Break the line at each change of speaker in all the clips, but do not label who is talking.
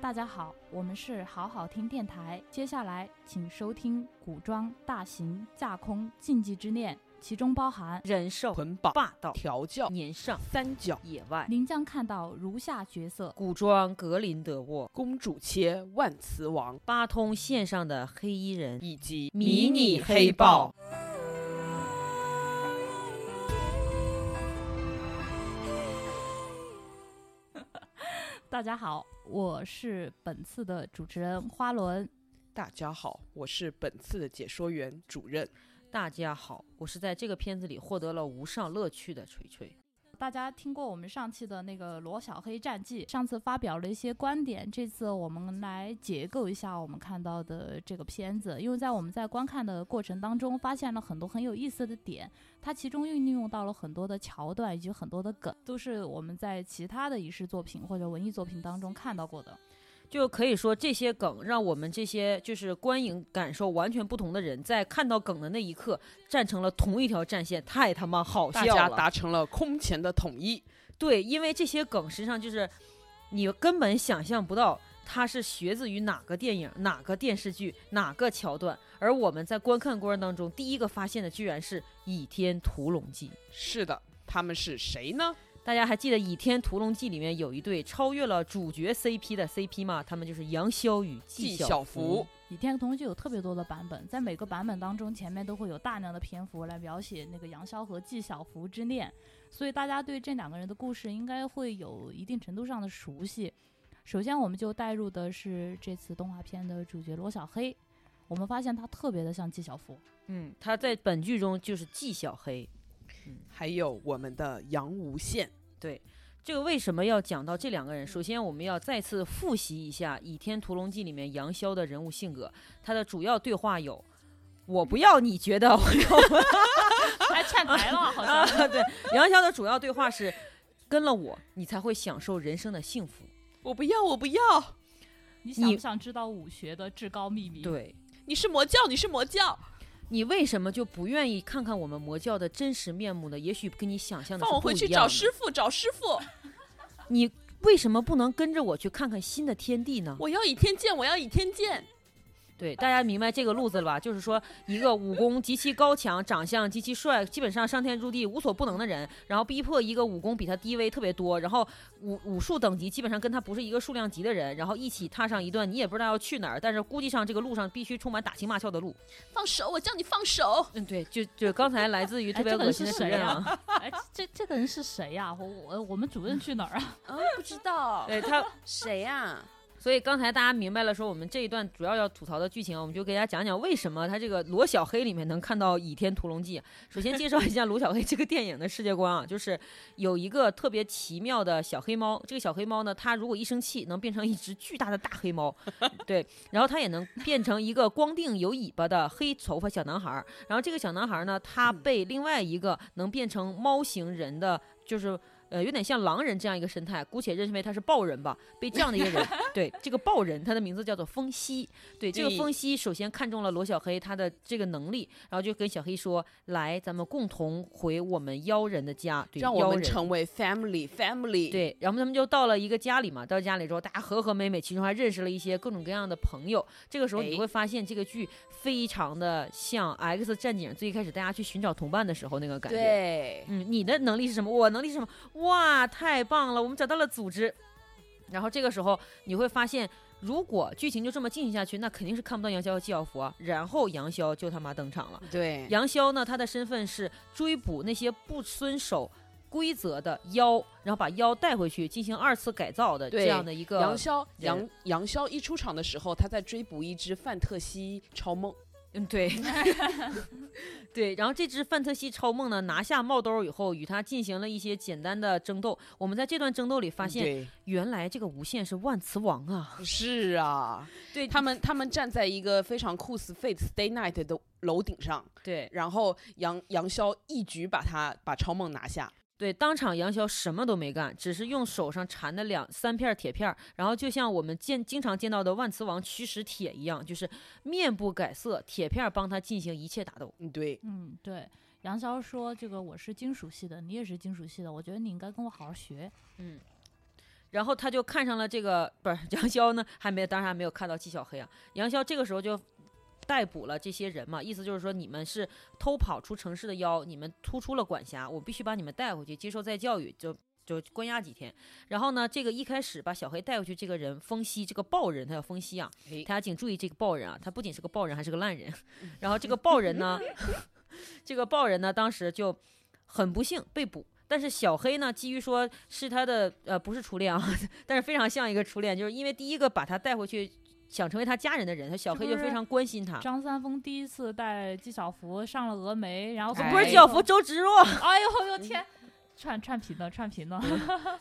大家好，我们是好好听电台。接下来，请收听古装、大型、架空、禁忌之恋，其中包含
人兽
捆绑、
霸道、
调教、
年上、
三角、
野外、
您将看到如下角色：
古装格林德沃、
公主切、万磁王
八通线上的黑衣人、
以及
迷你黑豹。
大家好，我是本次的主持人花轮。
大家好，我是本次的解说员主任。
大家好，我是在这个片子里获得了无上乐趣的锤锤。
大家听过我们上期的那个罗小黑战记，上次发表了一些观点，这次我们来解构一下我们看到的这个片子，因为在我们在观看的过程当中，发现了很多很有意思的点，它其中运用到了很多的桥段以及很多的梗，都是我们在其他的影视作品或者文艺作品当中看到过的。
就可以说这些梗让我们这些就是观影感受完全不同的人，在看到梗的那一刻站成了同一条战线，太他妈好
大
笑
家
了。
达成了空前的统一。
对，因为这些梗实际上就是你根本想象不到它是学自于哪个电影、哪个电视剧、哪个桥段，而我们在观看过程当中第一个发现的居然是《倚天屠龙记》。
是的，他们是谁呢？
大家还记得《倚天屠龙记》里面有一对超越了主角 CP 的 CP 吗？他们就是杨逍与
纪
晓
晓芙。
《倚天屠龙记》有特别多的版本，在每个版本当中，前面都会有大量的篇幅来描写那个杨逍和纪晓芙之恋，所以大家对这两个人的故事应该会有一定程度上的熟悉。首先，我们就带入的是这次动画片的主角罗小黑，我们发现他特别的像纪晓芙，
嗯，他在本剧中就是纪晓黑。
还有我们的杨无羡。
这个为什么要讲到这两个人？首先，我们要再次复习一下《倚天屠龙记》里面杨逍的人物性格。他的主要对话有：“我不要你觉得我要
还哎串台了，好像。
啊。”对，杨逍的主要对话是：“跟了我，你才会享受人生的幸福。
我不要，我不要！
你想不想知道武学的至高秘”密？，
对，
你是魔教，你是魔教，
你为什么就不愿意看看我们魔教的真实面目呢？也许跟你想象的是不一样的。
傅，找师 傅！
你为什么不能跟着我去看看新的天地呢？
我要倚天剑，我要倚天剑！
对，大家明白这个路子了吧？就是说，一个武功极其高强、长相极其帅、基本上上天入地无所不能的人，然后逼迫一个武功比他低微特别多，然后武武术等级基本上跟他不是一个数量级的人，然后一起踏上一段你也不知道要去哪儿，但是估计上这个路上必须充满打情骂俏的路。
放手，我叫你放手！
嗯，对，就 就刚才来自于特别
哎这个人
恶心的
是
主
谁
任
呀
啊，
哎，这这个人是谁呀、我我我们主任去哪儿啊？
啊，不知 道
对他
谁啊呀？
所以刚才大家明白了，说我们这一段主要要吐槽的剧情，我们就给大家讲讲为什么他这个罗小黑里面能看到《倚天屠龙记》。首先介绍一下罗小黑这个电影的世界观啊，就是有一个特别奇妙的小黑猫，这个小黑猫呢，它如果一生气能变成一只巨大的大黑猫，对，然后它也能变成一个光腚有尾巴的黑头发小男孩儿。然后这个小男孩儿呢，他被另外一个能变成猫型人的，就是。呃，有点像狼人这样一个神态，姑且认为他是豹人吧。被这样的一个人，对这个豹人，他的名字叫做风息。对这个
对
风息，首先看中了罗小黑他的这个能力，然后就跟小黑说：“来，咱们共同回我们妖人的家，对
让
妖
我们
人
成为 family family。，
对，然后他们就到了一个家里嘛，到家里之后，大家和和美美，其中还认识了一些各种各样的朋友。这个时候你
哎
会发现，这个剧非常的像《X 战警》最一开始大家去寻找同伴的时候那个感觉。
对，
嗯，你的能力是什么？我能力是什么？哇，太棒了，我们找到了组织。然后这个时候你会发现，如果剧情就这么进行下去，那肯定是看不到杨逍和纪晓芙啊。然后杨逍就他妈登场了。
对，
杨逍呢，他的身份是追捕那些不遵守规则的妖，然后把妖带回去进行二次改造的
对
这样的一个
杨逍
对
杨杨逍一出场的时候，他在追捕一只范特西超梦，
嗯，对， 对。然后这只范特西超梦呢，拿下帽兜以后，与他进行了一些简单的争斗。我们在这段争斗里发
嗯
现， 原来这个无限是万磁王啊！
对是啊，
对
他们他们站在一个非常酷似 Fate Stay Night 的楼顶上，
对
然后杨杨逍一举把他把超梦拿下，
对，当场杨逍什么都没干，只是用手上缠的两三片铁片儿，然后就像我们见经常见到的万磁王驱使铁一样，就是面不改色，铁片儿帮他进行一切打斗。
嗯，对，
嗯，对，杨逍说：“这个我是金属系的，你也是金属系的，我觉得你应该跟我好好学。
嗯，然后他就看上了这个，不是 杨逍呢，还没，当然还没有看到纪晓黑啊。杨逍这个时候就逮捕了这些人嘛，意思就是说你们是偷跑出城市的妖，你们突出了管辖，我必须把你们带回去接受再教育，就就关押几天。然后呢，这个一开始把小黑带回去这个人风息，这个暴人他叫风息啊，
哎
大家请注意这个暴人啊，他不仅是个暴人，还是个烂人。
嗯
然后这个暴人呢， 这个暴人呢，当时就很不幸被捕。但是小黑呢，基于说是他的呃不是初恋啊，但是非常像一个初恋，就是因为第一个把他带回去想成为他家人的人，他小
这
黑
不
就非
是
常关心他。
张三丰第一次带纪晓芙上了峨眉，然后
哎
不是
纪
教 父周芷若，
哎呦我呦天，串串屏了，串屏了。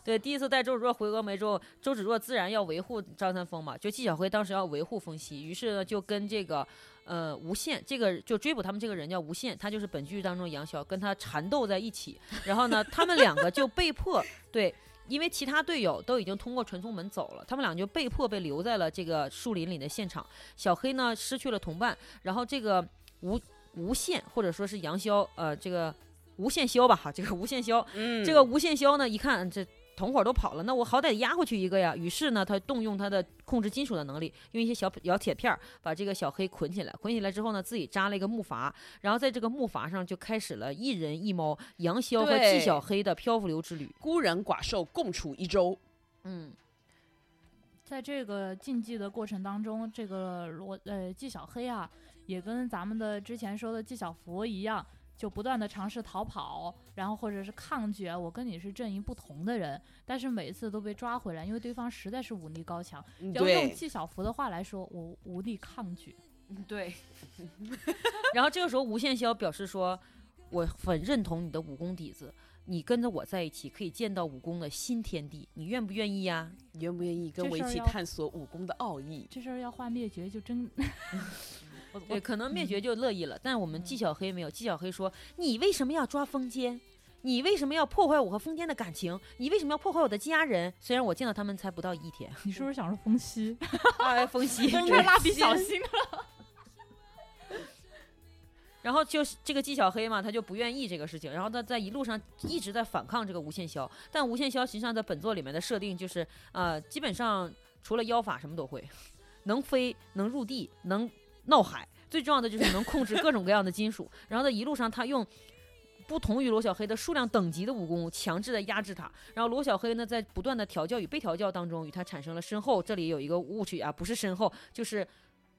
对，第一次带周芷若回峨眉之后，周芷若自然要维护张三丰嘛，就纪晓辉当时要维护风息，于是呢就跟这个呃无限这个就追捕他们这个人叫无限，他就是本剧当中杨逍跟他缠斗在一起，然后呢他们两个就被迫 对。因为其他队友都已经通过传送门走了，他们俩就被迫被留在了这个树林里的现场。小黑呢失去了同伴，然后这个无无限或者说是杨逍，呃，这个无限逍吧，哈，这个无限逍
嗯
这个无限肖呢，一看这同伙都跑了，那我好歹压回去一个呀。于是呢，他动用他的控制金属的能力，用一些小小铁片儿把这个小黑捆起来。捆起来之后呢，自己扎了一个木筏，然后在这个木筏上就开始了一人一猫杨逍和纪
对
晓黑的漂浮流之旅。
孤人寡兽共处一周，
嗯，
在这个竞技的过程当中，这个罗呃纪晓黑啊，也跟咱们的之前说的纪晓芙一样，就不断的尝试逃跑，然后或者是抗拒，啊我跟你是阵营不同的人，但是每次都被抓回来，因为对方实在是武力高强。
嗯
要用
对，
纪晓芙的话来说，我无力抗拒。
对。 然后这个时候，无限肖表示说：“我很认同你的武功底子，你跟着我在一起可以见到武功的新天地，你愿不愿意呀、
你愿不愿意跟
这
我一
事儿
起
要
探索武功的奥义？
这事儿要换灭绝就真， 我
对，
我
可能灭绝就乐意了，但我们纪
嗯
晓黑没有。纪晓黑说：“你为什么要抓风间？你为什么要破坏我和风间的感情？你为什么要破坏我的家人？虽然我见到他们才不到 一天。
你是不是想说风息？
哎”风 息
这是蜡笔小新的。
然后就是这个纪晓黑嘛，他就不愿意这个事情，然后他在一路上一直在反抗这个无限霄，但无限霄实际上在本作里面的设定就是，呃，基本上除了妖法什么都会， 能飞，能入地，能闹海，最重要的就是能控制各种各样的金属。 然后在一路上，他用不同于罗小黑的数量等级的武功强制的压制他，然后罗小黑呢在不断的调教与被调教当中，与他产生了身后，这里有一个误区啊，不是身后，就是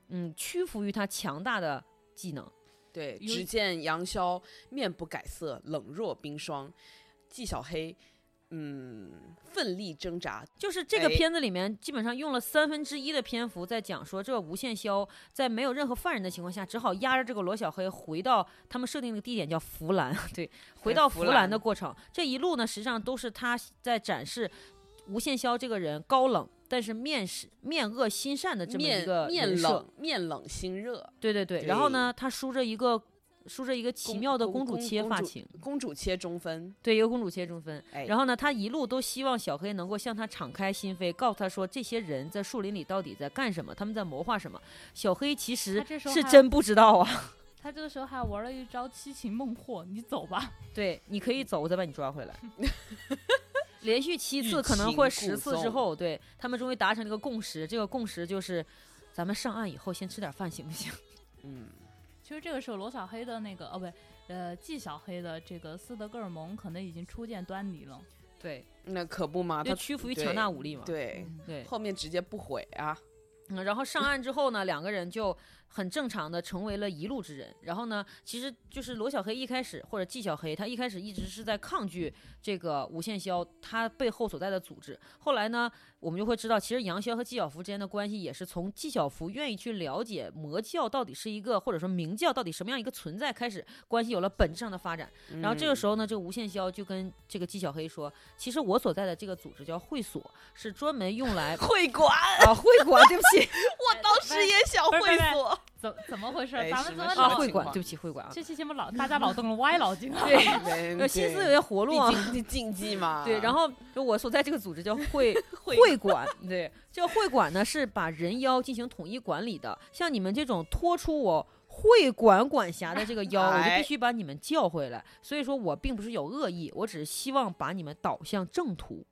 嗯屈服于他强大的技能。
对，
有
只见杨逍面不改色，冷若冰霜。纪晓黑，嗯，奋力挣扎，
就是这个
哎
片子里面，基本上用了三分之一的篇幅在讲说，这个无限枭在没有任何犯人的情况下，只好压着这个罗小黑回到他们设定的地点，叫弗兰。 对，回到弗
弗
兰
兰
的过程，这一路呢，实际上都是他在展示无限枭这个人高冷，但是面是面恶心善呃的这么一
面
个人
面
设
冷，面冷心热，
对对对。
对
然后呢，他梳着一个梳着一个奇
公
妙的
公
公主
公
切
公
发
主
型，
公主切中分。
对，一个公主切中分。
哎，
然后呢，他一路都希望小黑能够向他敞开心扉，告诉他说这些人在树林里到底在干什么，他们在谋划什么。小黑其实
他这时候
是
还
真不知道 啊。
他这个时候还玩了一招七擒孟获，你走吧。
对，你可以走，我再把你抓回 来。连续七次，
欲
可能
擒
会
故
十次之
纵
后，对他们终于达成了一个共识。这个共识就是，咱们上岸以后先吃点饭，行不行？
嗯，
其实这个时候罗小黑的那个哦不对，呃纪晓黑的这个斯德哥尔摩可能已经初见端倪了。
对，
那可不嘛，
就
啊他
屈服于强大武力嘛。
对
嗯
对，
后面直接不悔啊。
嗯，然后上岸之后呢，两个人就很正常的成为了一路之人。然后呢，其实就是罗小黑一开始或者纪晓黑，他一开始一直是在抗拒这个无限枭他背后所在的组织。后来呢，我们就会知道，其实杨逍和纪晓芙之间的关系也是从纪晓芙愿意去了解魔教到底是一个或者说明教到底什么样一个存在开始，关系有了本质上的发展。
嗯
然后这个时候呢，这个无限枭就跟这个纪晓黑说，其实我所在的这个组织叫会所，是专门用来
候会馆，
啊会馆，对不起。
我当时也想
不是不
会
是
所。
怎怎么回事？
哎
咱们
什
怎
么
么
什么
啊，
老
会
情
馆，
况
对不起，会馆啊，
这期节目老大家老啊动了歪脑筋了？
对，
对
有心思有些活络啊
毕。竟是竞技嘛。
对，然
后
后就我所在这个组织 叫会
会
会馆， 对，这个会馆呢是把人妖进行统一管理的。像你们这种脱出我会馆管辖的这个妖，我就必
哎
须把你们叫回来。所以说我并不是有恶意，我只是希望把你们导向正途。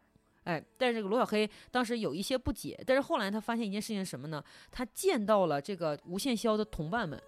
哎，但是这个罗小黑当时有一些不解，但是后来他发现一件事情是什么呢？他见到了这个无限霄的同伴们，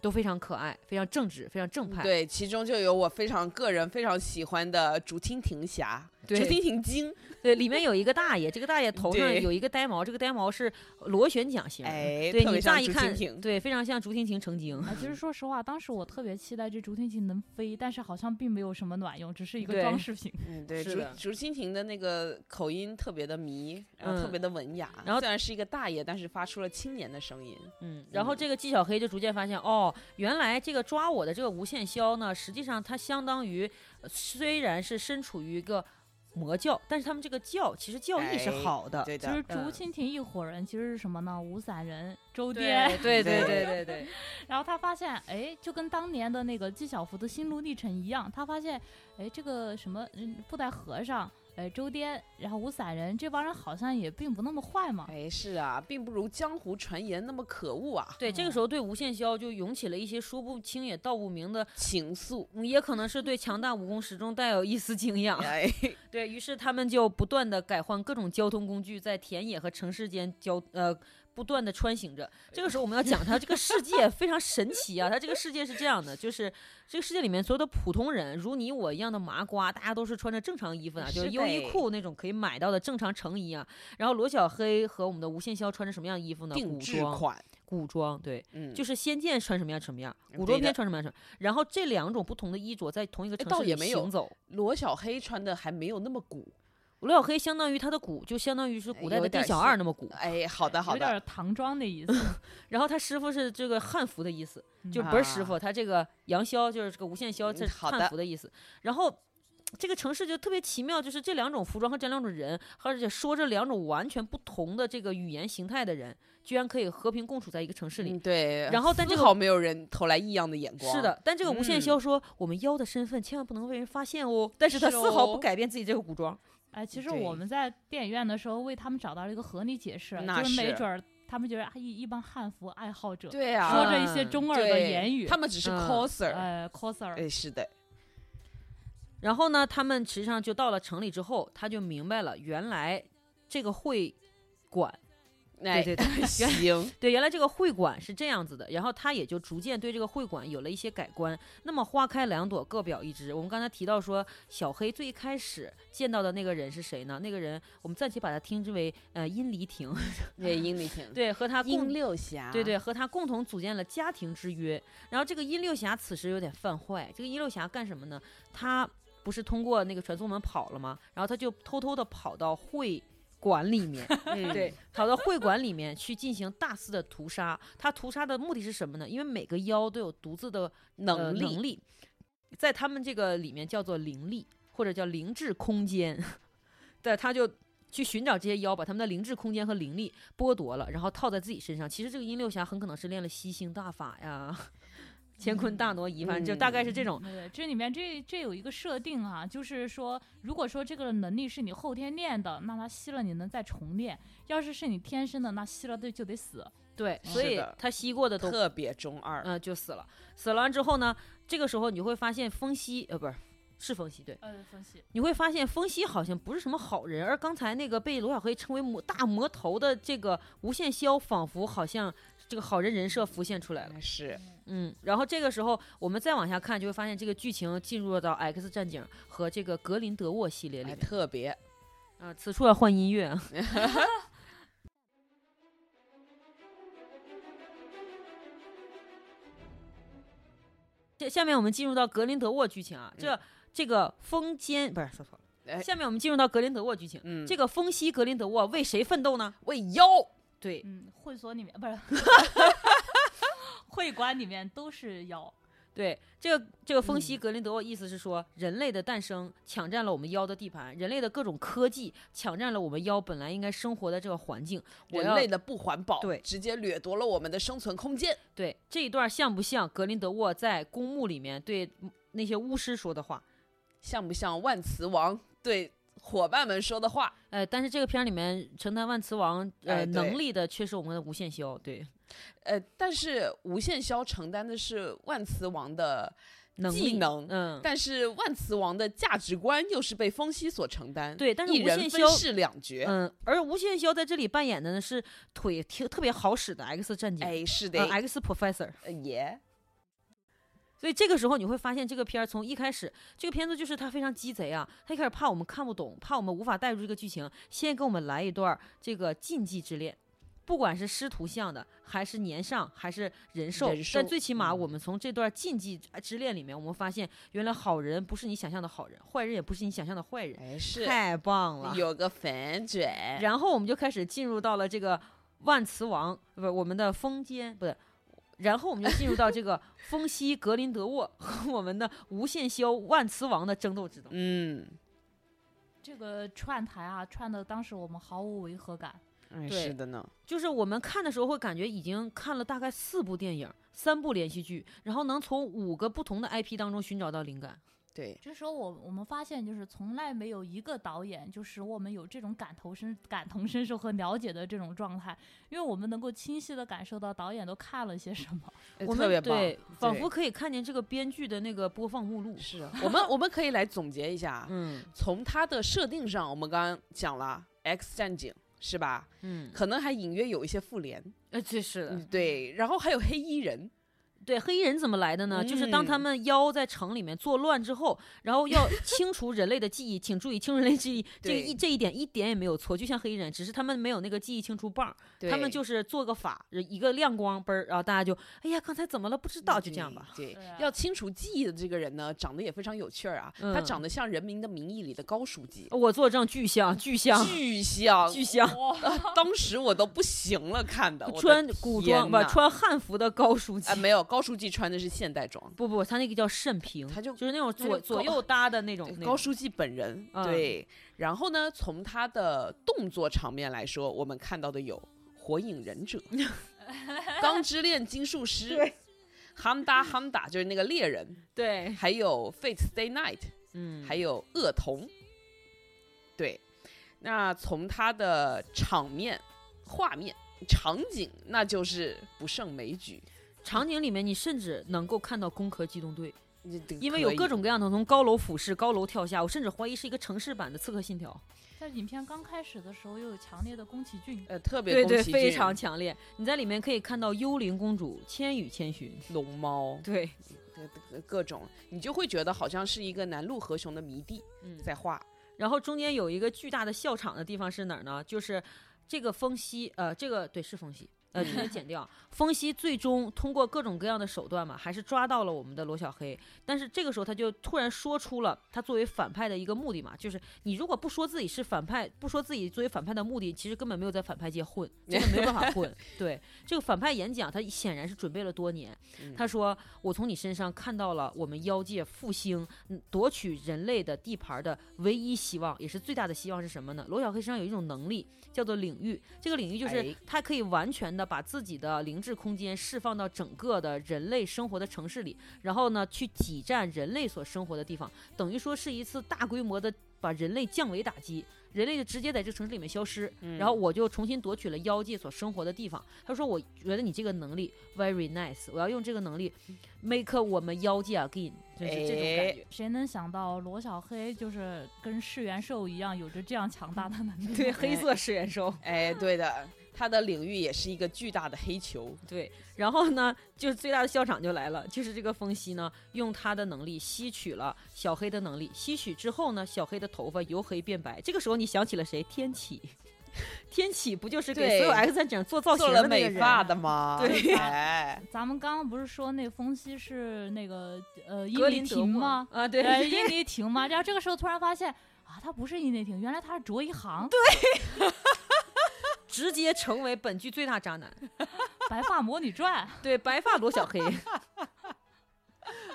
都非常可爱，非常正直，非常正派。
对，其中就有我非常个人非常喜欢的竹蜻蜓侠、竹
对
蜻蜓精，
对，里面有一个大爷，这个大爷头上
对
有一个呆毛，这个乍呆毛是螺旋桨型，
哎
对
特
你
别
乍
像
一
竹蜻
看，
蜓嗯
对，非常像竹蜻蜓成精。
啊，其实说实话，当时我特别期待这竹蜻蜓能飞，但是好像并没有什么卵用，只是一个
对
装饰品。
嗯，对，
是
竹
的
竹蜻蜓的那个口音特别的迷，然后特
嗯
别的文雅，
然后
虽然是一个大爷，但是发出了青年的声音。
嗯，然后这个纪晓黑就逐渐发现，哦，原来这个抓我的这个无限枭呢，实际上它相当于呃虽然是身处于一个魔教，但是他们这个教其实教义是
哎
好的。
对
其
的
实，竹蜻蜓一伙人其实是什么呢？五散人、周边，
对对对
对
对对对，
然后他发现，哎，就跟当年的那个纪晓芙的心路历程一样，他发现，哎，这个什么，嗯，布袋和尚，哎，周颠，然后五散人这帮人好像也并不那么坏嘛。
哎，是啊，并不如江湖传言那么可恶啊，
对，这个时候对无限枭就涌起了一些说不清也道不明的，
情愫。
嗯也可能是对强大武功始终带有一丝敬 仰。
哎，
对于是，他们就不断的改换各种交通工具，在田野和城市间交呃不断的穿行着。这个时候，我们要讲他这个世界非常神奇啊！他这个世界是这样的，就是这个世界里面所有的普通人，如你我一样的麻瓜，大家都是穿着正常衣服啊，就是
是
优衣
呗
库那种可以买到的正常成衣啊。然后罗小黑和我们的无限霄穿着什么样的衣服呢？
定
古
制
装，
款，
古装对。
嗯，
就是仙剑穿什么样什么样，古
对
装片
的哎
穿什么样什么样，然后这两种不同的衣着在同一个城
倒
市里
也没有
行走，
罗小黑穿的还没有那么古。
罗小黑相当于他的鼓，就相当于是古代
呃有
的
点
店小
像
二那么鼓。
哎，好的好
有
的，
点唐装的意 思。
然后他师傅是这个汉服的意思，就不是师傅，他这个杨逍就是这个无限逍，
啊嗯
这是
好
汉
的
服的意思。然后这个城市就特别奇妙，就是这两种服装和这两种人，而且说着两种完全不同的这个语言形态的人，居然可以和平共处在一个城市里
嗯。对。
然后但这
丝
个
毫没有人投来异样的眼光。
是，的，但这个无限
嗯
逍说，我们妖的身份千万不能被人发现哦。但是他
是
丝毫不
哦
改变自己这个古装。
哎，其实我
对
们在电影院的时候为他们找到了一个合理解释，
那
就是没
是
准儿他们觉得啊一一帮汉服爱好者
对啊，
说着一些中二的
对
言语，
他们只是
嗯
coser。
呃 coser，
哎，是的，
然后呢，他们实际上就到了城里之后，他就明白了，原来这个会馆，
哎，
对对对
行，
对，原来 这个会馆是这样子的。然后他也就逐渐对这个会馆有了一些改观。那么花开两朵，各表一枝。我们刚才提到说，小黑最一开始见到的那个人是谁呢？那个人我们暂且把他听之为呃殷离亭，
对，殷丽婷，
对，和他共
殷六侠，
对对，和他共同组建了家庭之约。然后这个殷六侠此时有点犯坏，这个殷六侠干什么呢？他不是通过那个传送门跑了吗？然后他就偷偷的跑到会馆里面，
嗯，
对，跑到会馆里面去进行大肆的屠杀。他屠杀的目的是什么呢？因为每个妖都有独自的呃
能力
能力，在他们这个里面叫做灵力，或者叫灵智空间。 对，他就去寻找这些妖，把他们的灵智空间和灵力剥夺了，然后套在自己身上。其实这个殷六侠很可能是练了吸星大法呀、乾坤大挪移，反正就大概是
嗯
这种。
嗯对，这里面这这有一个设定哈、就是说，如果说这个能力是你后天练的，那它吸了你能再重练；要是是你天生的，那吸了对就得死。
对，
嗯
所
是
以
的
他吸过的都
特别中二。
嗯、就死了。死了之后呢，这个时候你就会发现风息呃不是是风息对，
呃，分析
你会发现风息好像不是什么好人，而刚才那个被罗小黑称为魔大魔头的这个无限枭，仿佛好像这个好人人设浮现出来了。
是，
嗯，然后这个时候我们再往下看，就会发现这个剧情进入到 X 战警和这个格林德沃系列里
哎，
面。
特别
啊、此处要换音乐啊。 下下面我们进入到格林德沃剧情啊，这、
嗯
这个风间不是说错了，
哎
下面我们进入到格林德沃剧情。
嗯
这个风息格林德沃为谁奋斗呢？
为妖，
对
嗯，会所里面不是 会馆里面都是妖，
对，这个这个
嗯
风息格林德沃意思是说，人类的诞生抢占了我们妖的地盘，人类的各种科技抢占了我们妖本来应该生活的这个环境。我
人
要
类的不环保，
对
直接掠夺了我们的生存空间。
对这一段像不像格林德沃在公墓里面对那些巫师说的话？
像不像万磁王对伙伴们说的话？
呃，但是这个片儿里面承担万磁王呃、
哎对
能力的却是我们的无限枭，对
呃，但是无限枭承担的是万磁王的
能
技
力，
能
嗯，
但是万磁王的价值观又是被风息所承担，
对但是
一
无限
人分
宵
饰两角。
嗯，而无限肖在这里扮演的呢是腿特特别好使的 X 战警，
哎，是的
呃，，X Professor。
呃耶，
所以这个时候你会发现，这个片儿从一开始，这个片子就是它非常鸡贼啊，它一开始怕我们看不懂，怕我们无法带入这个剧情，先给我们来一段儿这个禁忌之恋。不管是师徒向的，还是年上，还是人兽，
人兽
但最起码
嗯
我们从这段禁忌呃之恋里面，我们发现原来好人不是你想象的好人，坏人也不是你想象的坏人，
哎是
太棒了！
有个反转，
然后我们就开始进入到了这个万磁王，不是我们的风间，不对。然后我们就进入到 这个风息格林德沃和我们的无限修万磁王的争斗之中。
嗯，
这个串台啊，串的当时我们毫无违和感。
哎
对
是的呢，
就是我们看的时候会感觉已经看了大概四部电影、三部连续剧，然后能从五个不同的 IP 当中寻找到灵感。
对，
这时候我我们发现，就是从来没有一个导演，就是我们有这种感同身感同身受和了解的这种状态，因为我们能够清晰的感受到导演都看了些什么。
哎
我
特别
们
棒，
对，仿
对
佛可以看见这个编剧的那个播放目录。
是啊啊，我们我们可以来总结一下，
嗯
从它的设定上，我们刚刚讲了 X 战警是吧？
嗯，
可能还隐约有一些复联，
呃，这是的
嗯，对，然后还有黑衣 人，
对，黑衣人怎么来的呢？就是当他
嗯
们妖在城里面作乱之后，然后要清除人类的记忆，请注意清除人类记忆，这
对
一这一点一点也没有错，就像黑衣人，只是他们没有那个记忆清除棒儿，他们就是做个法，一个亮光嘣儿，然后大家就哎呀，刚才怎么了？不知道，就这样吧。
嗯对。
对
对
啊
要清除记忆的这个人呢，长得也非常有趣儿啊，他
嗯
长得像《人民的名义》里的高书 记，
我作证，巨像，巨像，
巨像，
哦巨像，
当时我都不行了，看的。我的
穿古装
天
吧，
哪
穿汉服的高书记
啊，。没有，高书记穿的是现代装，
不不，他那个叫甚平，
他就
嗯就是那种
他就
左左
高
右搭的那种
对
那
高
种
书记本人、
嗯
对。然后呢，从他的动作场面来说，我们看到的有《火影忍者》 《钢之炼金术师》
对
哈姆达哈姆达就是那个猎人，
对，
还有《Fate Stay Night》，
嗯，
还有《恶童》。对，那从他的场面、画面、场景，那就是不胜枚举。
场景里面你甚至能够看到《攻壳机动队》。
你得
嗯因为
可
有
以
各种各样的从高楼俯视、高楼跳下，我甚至怀疑是一个城市版的《刺客信条
在影片刚开始的时候，又有强烈的宫崎骏，
呃特》，别
对
宫
对，
崎
非
骏
常强烈。你在里面可以看到幽灵公主、千与千寻，
龙猫
对，
呃各各种，你就会觉得好像是一个南陆和雄的迷弟
嗯。
在画。
然后中间有一个巨大的笑场的地方是哪儿呢？就是这个风息，呃，这个对是风息。呃，直接剪掉。风息最终通过各种各样的手段嘛，还是抓到了我们的罗小黑。但是这个时候，他就突然说出了他作为反派的一个目的嘛，就是你如果不说自己是反派，不说自己作为反派的目的，其实根本没有在反派界混，真的没有办法混。 对这个反派演讲，他显然是准备了多年。
嗯
他说：“我从你身上看到了我们妖界复兴、嗯夺取人类的地盘的唯一希望，也是最大的希望是什么呢？罗小黑身上有一种能力，叫做领域。这个领域就是
哎
他可以完全的把自己的灵智空间释放到整个的人类生活的城市里，然后呢，去挤占人类所生活的地方，等于说是一次大规模的把人类降维打击。”人类就直接在这个城市里面消失，然后我就重新夺取了妖界所生活的地方。他说：“我觉得你这个能力 very nice，我要用这个能力 make 我们妖界 again，就是这 种感觉。
谁能想到罗小黑就是跟世元兽一样，有着这样强大的能力？
对，黑色食人兽。
哎，对的，他的领域也是一个巨大的黑球。
对，然后呢，就是最大的笑场就来了，就是这个风息呢，用他的能力吸取了小黑的能力，吸取之后呢，小黑的头发由黑变白。这个时候你想起了谁？天启， 天启不就是给
对
所有 X 战警做造型
做
的那个
了美
人啊
发
吗？
的吗？
对
哎，
咱们刚刚不是说那风息是那个呃伊
格
丽
林德沃
婷吗？
啊，对，
呃，殷丽婷吗？然后这个时候突然发现啊，她不是殷丽婷，原来她是卓一航，
直接成为本剧最大渣男。
《白发魔女传》
对，白发罗小黑，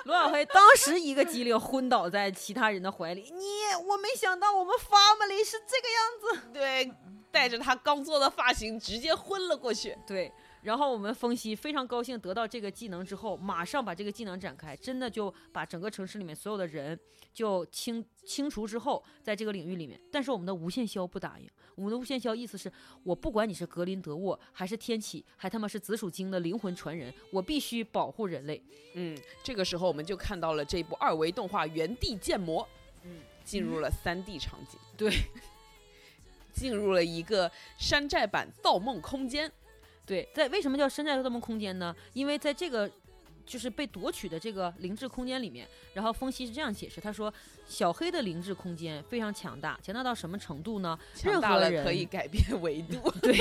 罗小黑当时一个机灵，昏倒在其他人的怀里。你，我没想到我们 family 是这个样。
对，带着他刚做的发型直接昏了过去。
对，然后我们风熙非常高兴得到这个技能之后，马上把这个技能展开，真的就把整个城市里面所有的人就清清除之后，在这个领域里面，但是我们的无限霄不答应，我们的无限霄意思是我不管你是格林德沃还是天启，还他妈是紫薯精的灵魂传人，我必须保护人类。
嗯，这个时候我们就看到了这部二维动画《原地建模》，
嗯，
进入了三 D 场景，
对，
进入了一个山寨版《盗梦空间》。
对，在为什么叫山寨盗梦空间呢？因为在这个就是被夺取的这个灵智空间里面，然后风熙是这样解释，他说小黑的灵智空间非常强大，强大到什么程度呢？
强大了
任何人
可以改变维度，
对，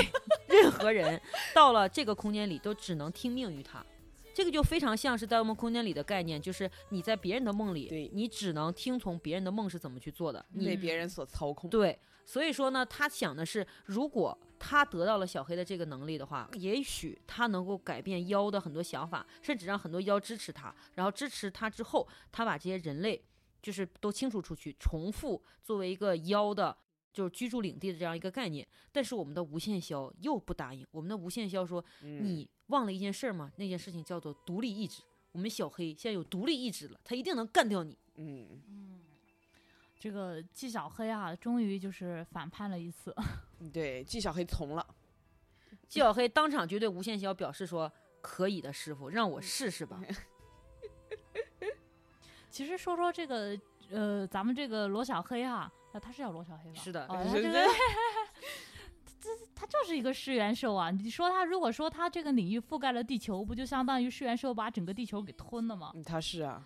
任何人到了这个空间里都只能听命于他。这个就非常像是《盗梦空间》里的概念，就是你在别人的梦
对
里，你只能听从别人的梦是怎么去做的，你
被别人所操控。
对，所以说呢，他想的是，如果他得到了小黑的这个能力的话，也许他能够改变妖的很多想法，甚至让很多妖支持他。然后支持他之后，他把这些人类就是都清除出去，重复作为一个妖的。就是居住领地的这样一个概念，但是我们的无限枭又不答应。我们的无限枭说：“
嗯
你忘了一件事儿吗？那件事情叫做独立意志。我们小黑现在有独立意志了，他一定能干掉你。
嗯，
这个纪晓黑啊，终于就是反叛了一次。
对，纪晓黑从了。”
纪晓黑当场就对无限枭表示说：“可以的，师傅，让我试试吧。”
其实说说这个，呃，咱们这个罗小黑啊，啊，他是叫罗小黑吧？
是的
哦、他这个他就是一个噬元兽啊！你说他如果说他这个领域覆盖了地球，不就相当于噬元兽把整个地球给吞了吗？
嗯他是啊，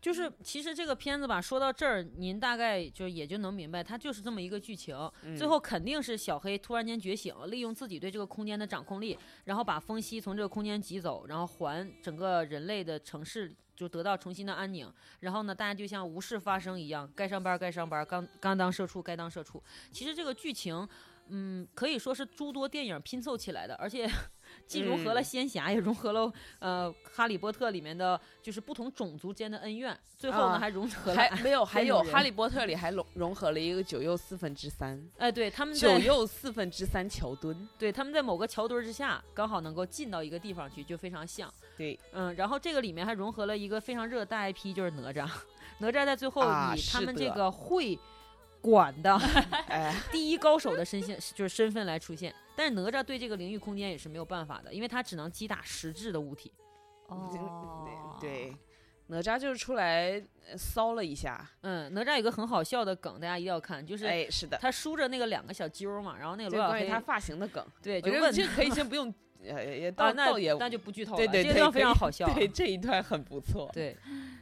就是其实这个片子吧，说到这儿，您大概就也就能明白，它就是这么一个剧情。
嗯
最后肯定是小黑突然间觉醒，利用自己对这个空间的掌控力，然后把风息从这个空间挤走，然后还整个人类的城市就得到重新的安宁。然后呢，大家就像无事发生一样，该上班儿该上班儿，刚刚当社畜该当社畜。其实这个剧情，嗯，可以说是诸多电影拼凑起来的，而且 既融合了
嗯
仙侠，也融合了呃《哈利波特》里面的就是不同种族之间的恩怨，最后呢、
啊
还融合了
还没有，还有
这
《
种
哈
人
利波特》里还融融合了一个九又四分之三，
哎，对，他们
九
在
又四分之三桥墩。
对他们在某个桥墩儿之下，刚好能够进到一个地方去，就非常像。
对，
嗯，然后这个里面还融合了一个非常热的大 IP，就是哪吒。 哪吒在最后
啊
以他
是
们
的
这个会馆的
哎，
第一高手的身现 就是身份来出现，但是哪吒对这个灵域空间也是没有办法的，因为他只能击打实质的物体。嗯
哦，
对，哪吒就是出来呃骚了一下。
嗯，哪吒有个很好笑的梗，大家一定要看，就是
哎，是的，
他梳着那个两个小揪儿嘛，然后那个
就
罗小
关于
黑
他发型的梗，
对
我
就
觉得
问
这
他
可以先不 用，呃，也
啊，
倒
那
倒也
那就不剧透了，
对对
这个
对
地方非
可以
常好笑啊，
对这一段很不错。
对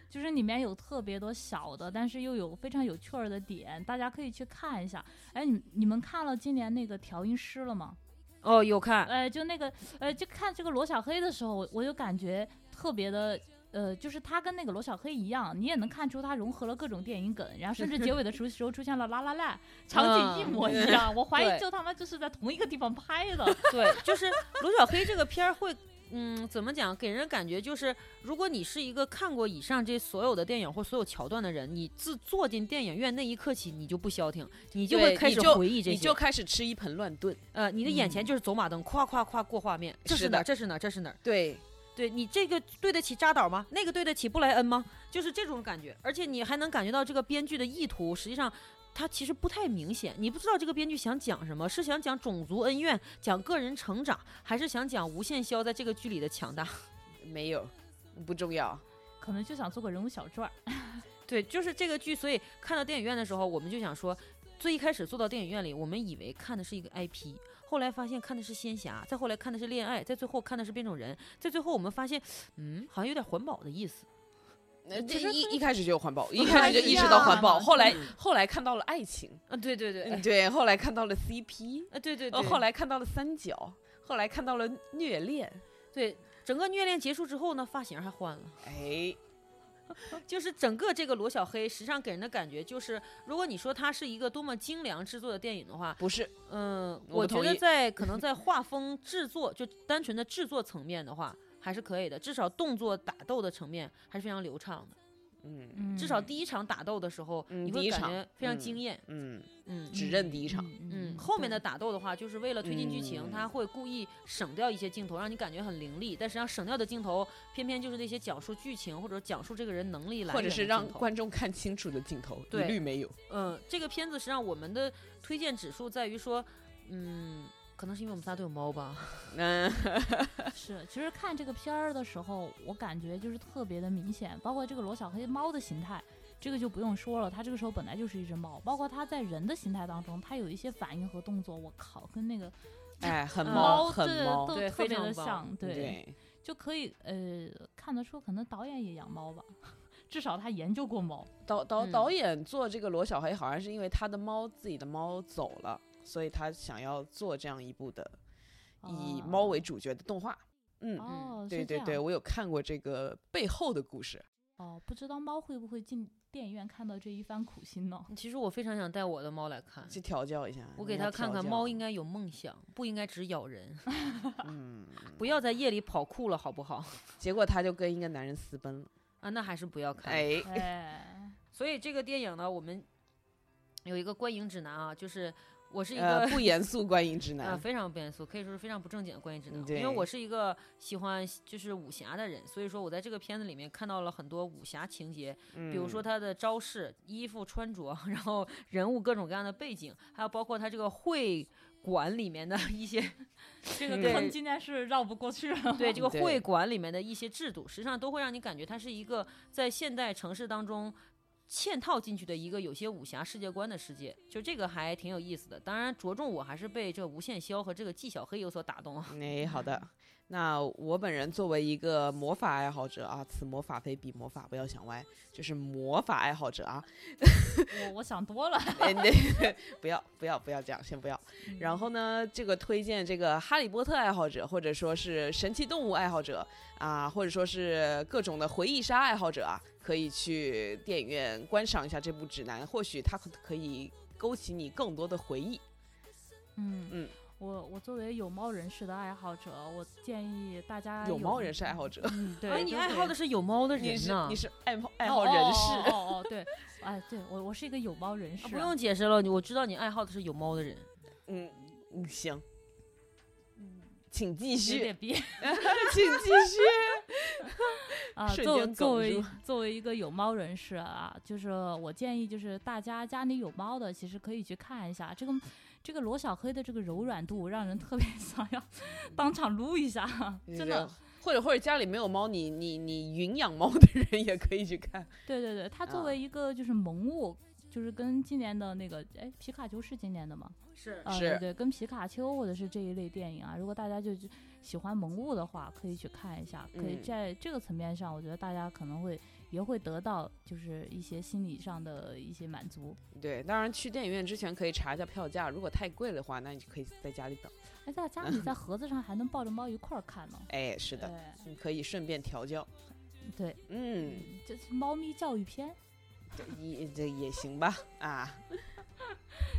就是里面有特别多小的，但是又有非常有趣儿的点，大家可以去看一下。哎，你你们看了今年那个调音师了吗？
哦，有看，
呃，就那个呃，就看这个罗小黑的时候，我我就感觉特别的。呃，就是他跟那个罗小黑一样，你也能看出他融合了各种电影梗，然后甚至结尾的时 候时候出现了拉拉烂，场景一模一样，我怀疑
嗯对
就他妈就是在同一个地方 拍的。
对，就是罗小黑这个片儿会，嗯，怎么讲？给人感觉就是，如果你是一个看过以上这所有的电影或所有桥段的人，你自坐进电影院那一刻起，你就不消停，你就
对
会开
你
始
就
回忆这
你
些
就。开始吃一盆乱炖，
呃，你的眼前
嗯
就是走马灯，夸夸夸过画面，这
是
是哪
的
儿？这是哪儿？这是哪儿？
对，
对你这个对得起扎导吗？那个对得起布莱恩吗？就是这种感觉，而且你还能感觉到这个编剧的意图，实际上。他其实不太明显，你不知道这个编剧想讲什么，是想讲种族恩怨，讲个人成长，还是想讲无限枭在这个剧里的强大？
没有，不重要。
可能就想做个人物小传儿。
对，就是这个剧，所以看到电影院的时候，我们就想说，最一开始坐到电影院里，我们以为看的是一个 IP，后来发现看的是仙侠，再后来看的是恋爱，再最后看的是变种人，在最后我们发现，嗯，好像有点环保的意思。
呃这
其实
一
它
一开始就有 环保，
不
一开
太
始就
一
意识到环
样
保，后来
嗯
后来看到了爱情，
啊，对对对，
嗯
哎
对，后来看到了 CP，
啊，对对对，
哦，后来看到了三角，后来看到了虐恋，
对整个虐恋结束之后呢，发型还换了。
哎，
就是整个这个罗小黑，实际上给人的感觉就是，如果你说它是一个多么精良制作的电影的话，
不是，
嗯，
我
我
同
觉
意
得在可 能在画风制作，就单纯的制作层面的话，还是可以的，至少动作打斗的层面还是非常流畅的。
嗯
嗯，
至少第一场打斗的时候，
嗯
你
第
会
一
感
场
觉非常
嗯
惊艳。
嗯，
嗯，
只认第一场。
嗯，后面的打斗的话，就是为了推进剧情，
嗯
他会故意省掉一些镜头，让你感觉很凌厉。但实际上省掉的镜头，偏偏就是那些讲述剧情或者讲述这个人能力来源
或
的
者是
镜
让
头
观众看清楚的镜头，一
对
律 没有。
嗯，这个片子实际上我们的推荐指数在于说，嗯，可能是因为我们仨都有猫吧，
嗯，
是，其实看这个片儿的时候，我感觉就是特别的明显，包括这个罗小黑猫的形态，这个就不用说了，它这个时候本来就是一只猫，包括它在人的形态当中，它有一些反应和动作，我靠，跟那个
哎，很
嗯
这
猫，很猫，
都
对
特
非
别
常
的
猫
像，对，
对，
就可以呃看得出，可能导演也养猫吧， 至少他研究过猫，
导导
嗯
导演做这个罗小黑，好像是因为他的猫自己的猫走了，所以他想要做这样一部的以
啊
猫
哦
为主角的动画。嗯，
哦，
对
是这
对对，
样
我有看过这个背后的故事。
哦，不知道猫会不会进电影院看到这一番苦心 呢？
其实我非常想带我的猫来看。
去调教一下，
我
你
给它
要
看
调
看，
教
猫应该有梦想，不应该只咬人。
嗯，
不要在夜里跑酷了，好不好？
结果他就跟一个男人私奔了。
啊，那还是不要看。
哎，
哎，
所以这个电影呢，我们有一个观影指南啊，就是我是一个、
呃，不严肃观影指
啊，
南，
非常不严肃，可以说是非常不正经的观影指南。
嗯
因为
对
我是一个喜欢就是武侠的人，所以说我在这个片子里面看到了很多武侠情节，比如说
嗯
他的招式、衣服穿着， 然后人物各种各样的背景，还有包括他这个会馆里面的一些
这个
对
坑今天是绕不过去了。
对这个
对
会馆里面的一些制度，实际上都会让你感觉它是一个在现代城市当中嵌套进去的一个有些武侠世界观的世界，就这个还挺有意思的。当然，着重我还是被这个吴线霄和这个纪晓黑有所打动啊。
哎，好的。那我本人作为一个魔法爱好者啊，此魔法非彼魔法，不要想歪，就是魔法爱好者啊。
我我想多了。
哎，对， 不要不要不要这样，先不要。然
后
后呢，这个推荐这个哈利波特爱好者，或者说是神奇动物爱好者啊，或者说是各种的回忆杀爱好者啊，可以去电影院观赏一下这部指南，或许它可以勾起你更多的回忆。
嗯
嗯
嗯，我我作为有猫人士的爱好者，我建议大家
有猫人是爱好者，
嗯，对，
而哎你
就
爱
哎是
好的是有猫的
你
人
是
呢
你。是爱好爱
哦
好人士。
哦哦哦哦对，哎，对我我是一个有猫人士
啊
啊，
不用解释了，你我知道你爱好的是有猫的人。
嗯，嗯行，请继
有
续，
点憋
请继续。
啊。
瞬
作
间
作
哽
为
住
作为一个有猫人士啊，就是我建议，就是大家家里有猫的，其实可以去看一下这个这个罗小黑的这个柔软度，让人特别 想要当场撸一下， 真的。，
或者或者家里没有猫，你你你云养猫的人也可以去看。
对对对，它
啊
作为一个就是萌物，就是跟今年的那个哎皮卡丘是今年的吗？
是
啊、
是
对对，跟皮卡丘或者是这一类电影啊，如果大家就就喜欢萌物的话，可以去看一下。可以
嗯
在这个层面上，我觉得大家可能会也会得到就是一些心理上的一些满足。
对，当然去电影院之前可以查一下票价，如果太贵的话，那你就可以在家里等。
哎，在家 里在盒子上还能抱着猫一块儿看呢。
哎，是
呃
的，
对
你可以顺便调教。
对，
嗯，
嗯，这是猫咪教育片，
这也这也行吧啊。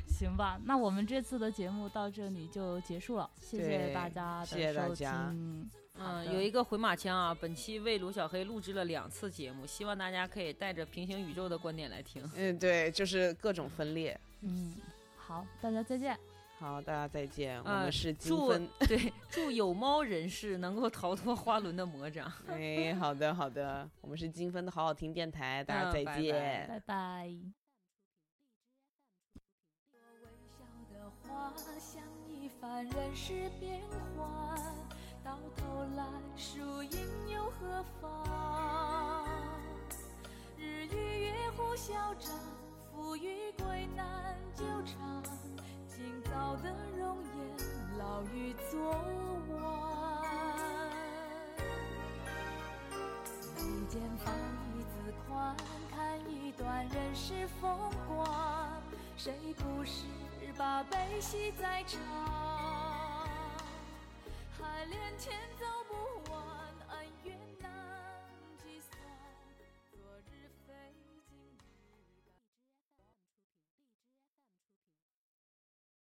行吧？那我们这次的节目到这里就结束了，谢谢
对
大家的收
谢谢大家
听好
嗯，
的
有一个回马枪啊，本期为卢小黑录制了两次节目，希望大家可以带着平行宇宙的观点来听。
嗯，对，就是各种分裂。
嗯，好，大家再见。
好，大家再见，我
呃
们是金
祝
分。
对，祝有猫人士能够逃脱花轮的魔掌。
哎，好的好的，我们是金分的好好听电台，大家
嗯
再
拜拜
见。
拜拜。
微笑的花像一番人世变幻，到头来输赢又何妨？日与月互消长，富与贵难久长。今早的容颜，老于昨晚。一间房，一字宽，看一段人世风光。谁不是把悲喜在尝？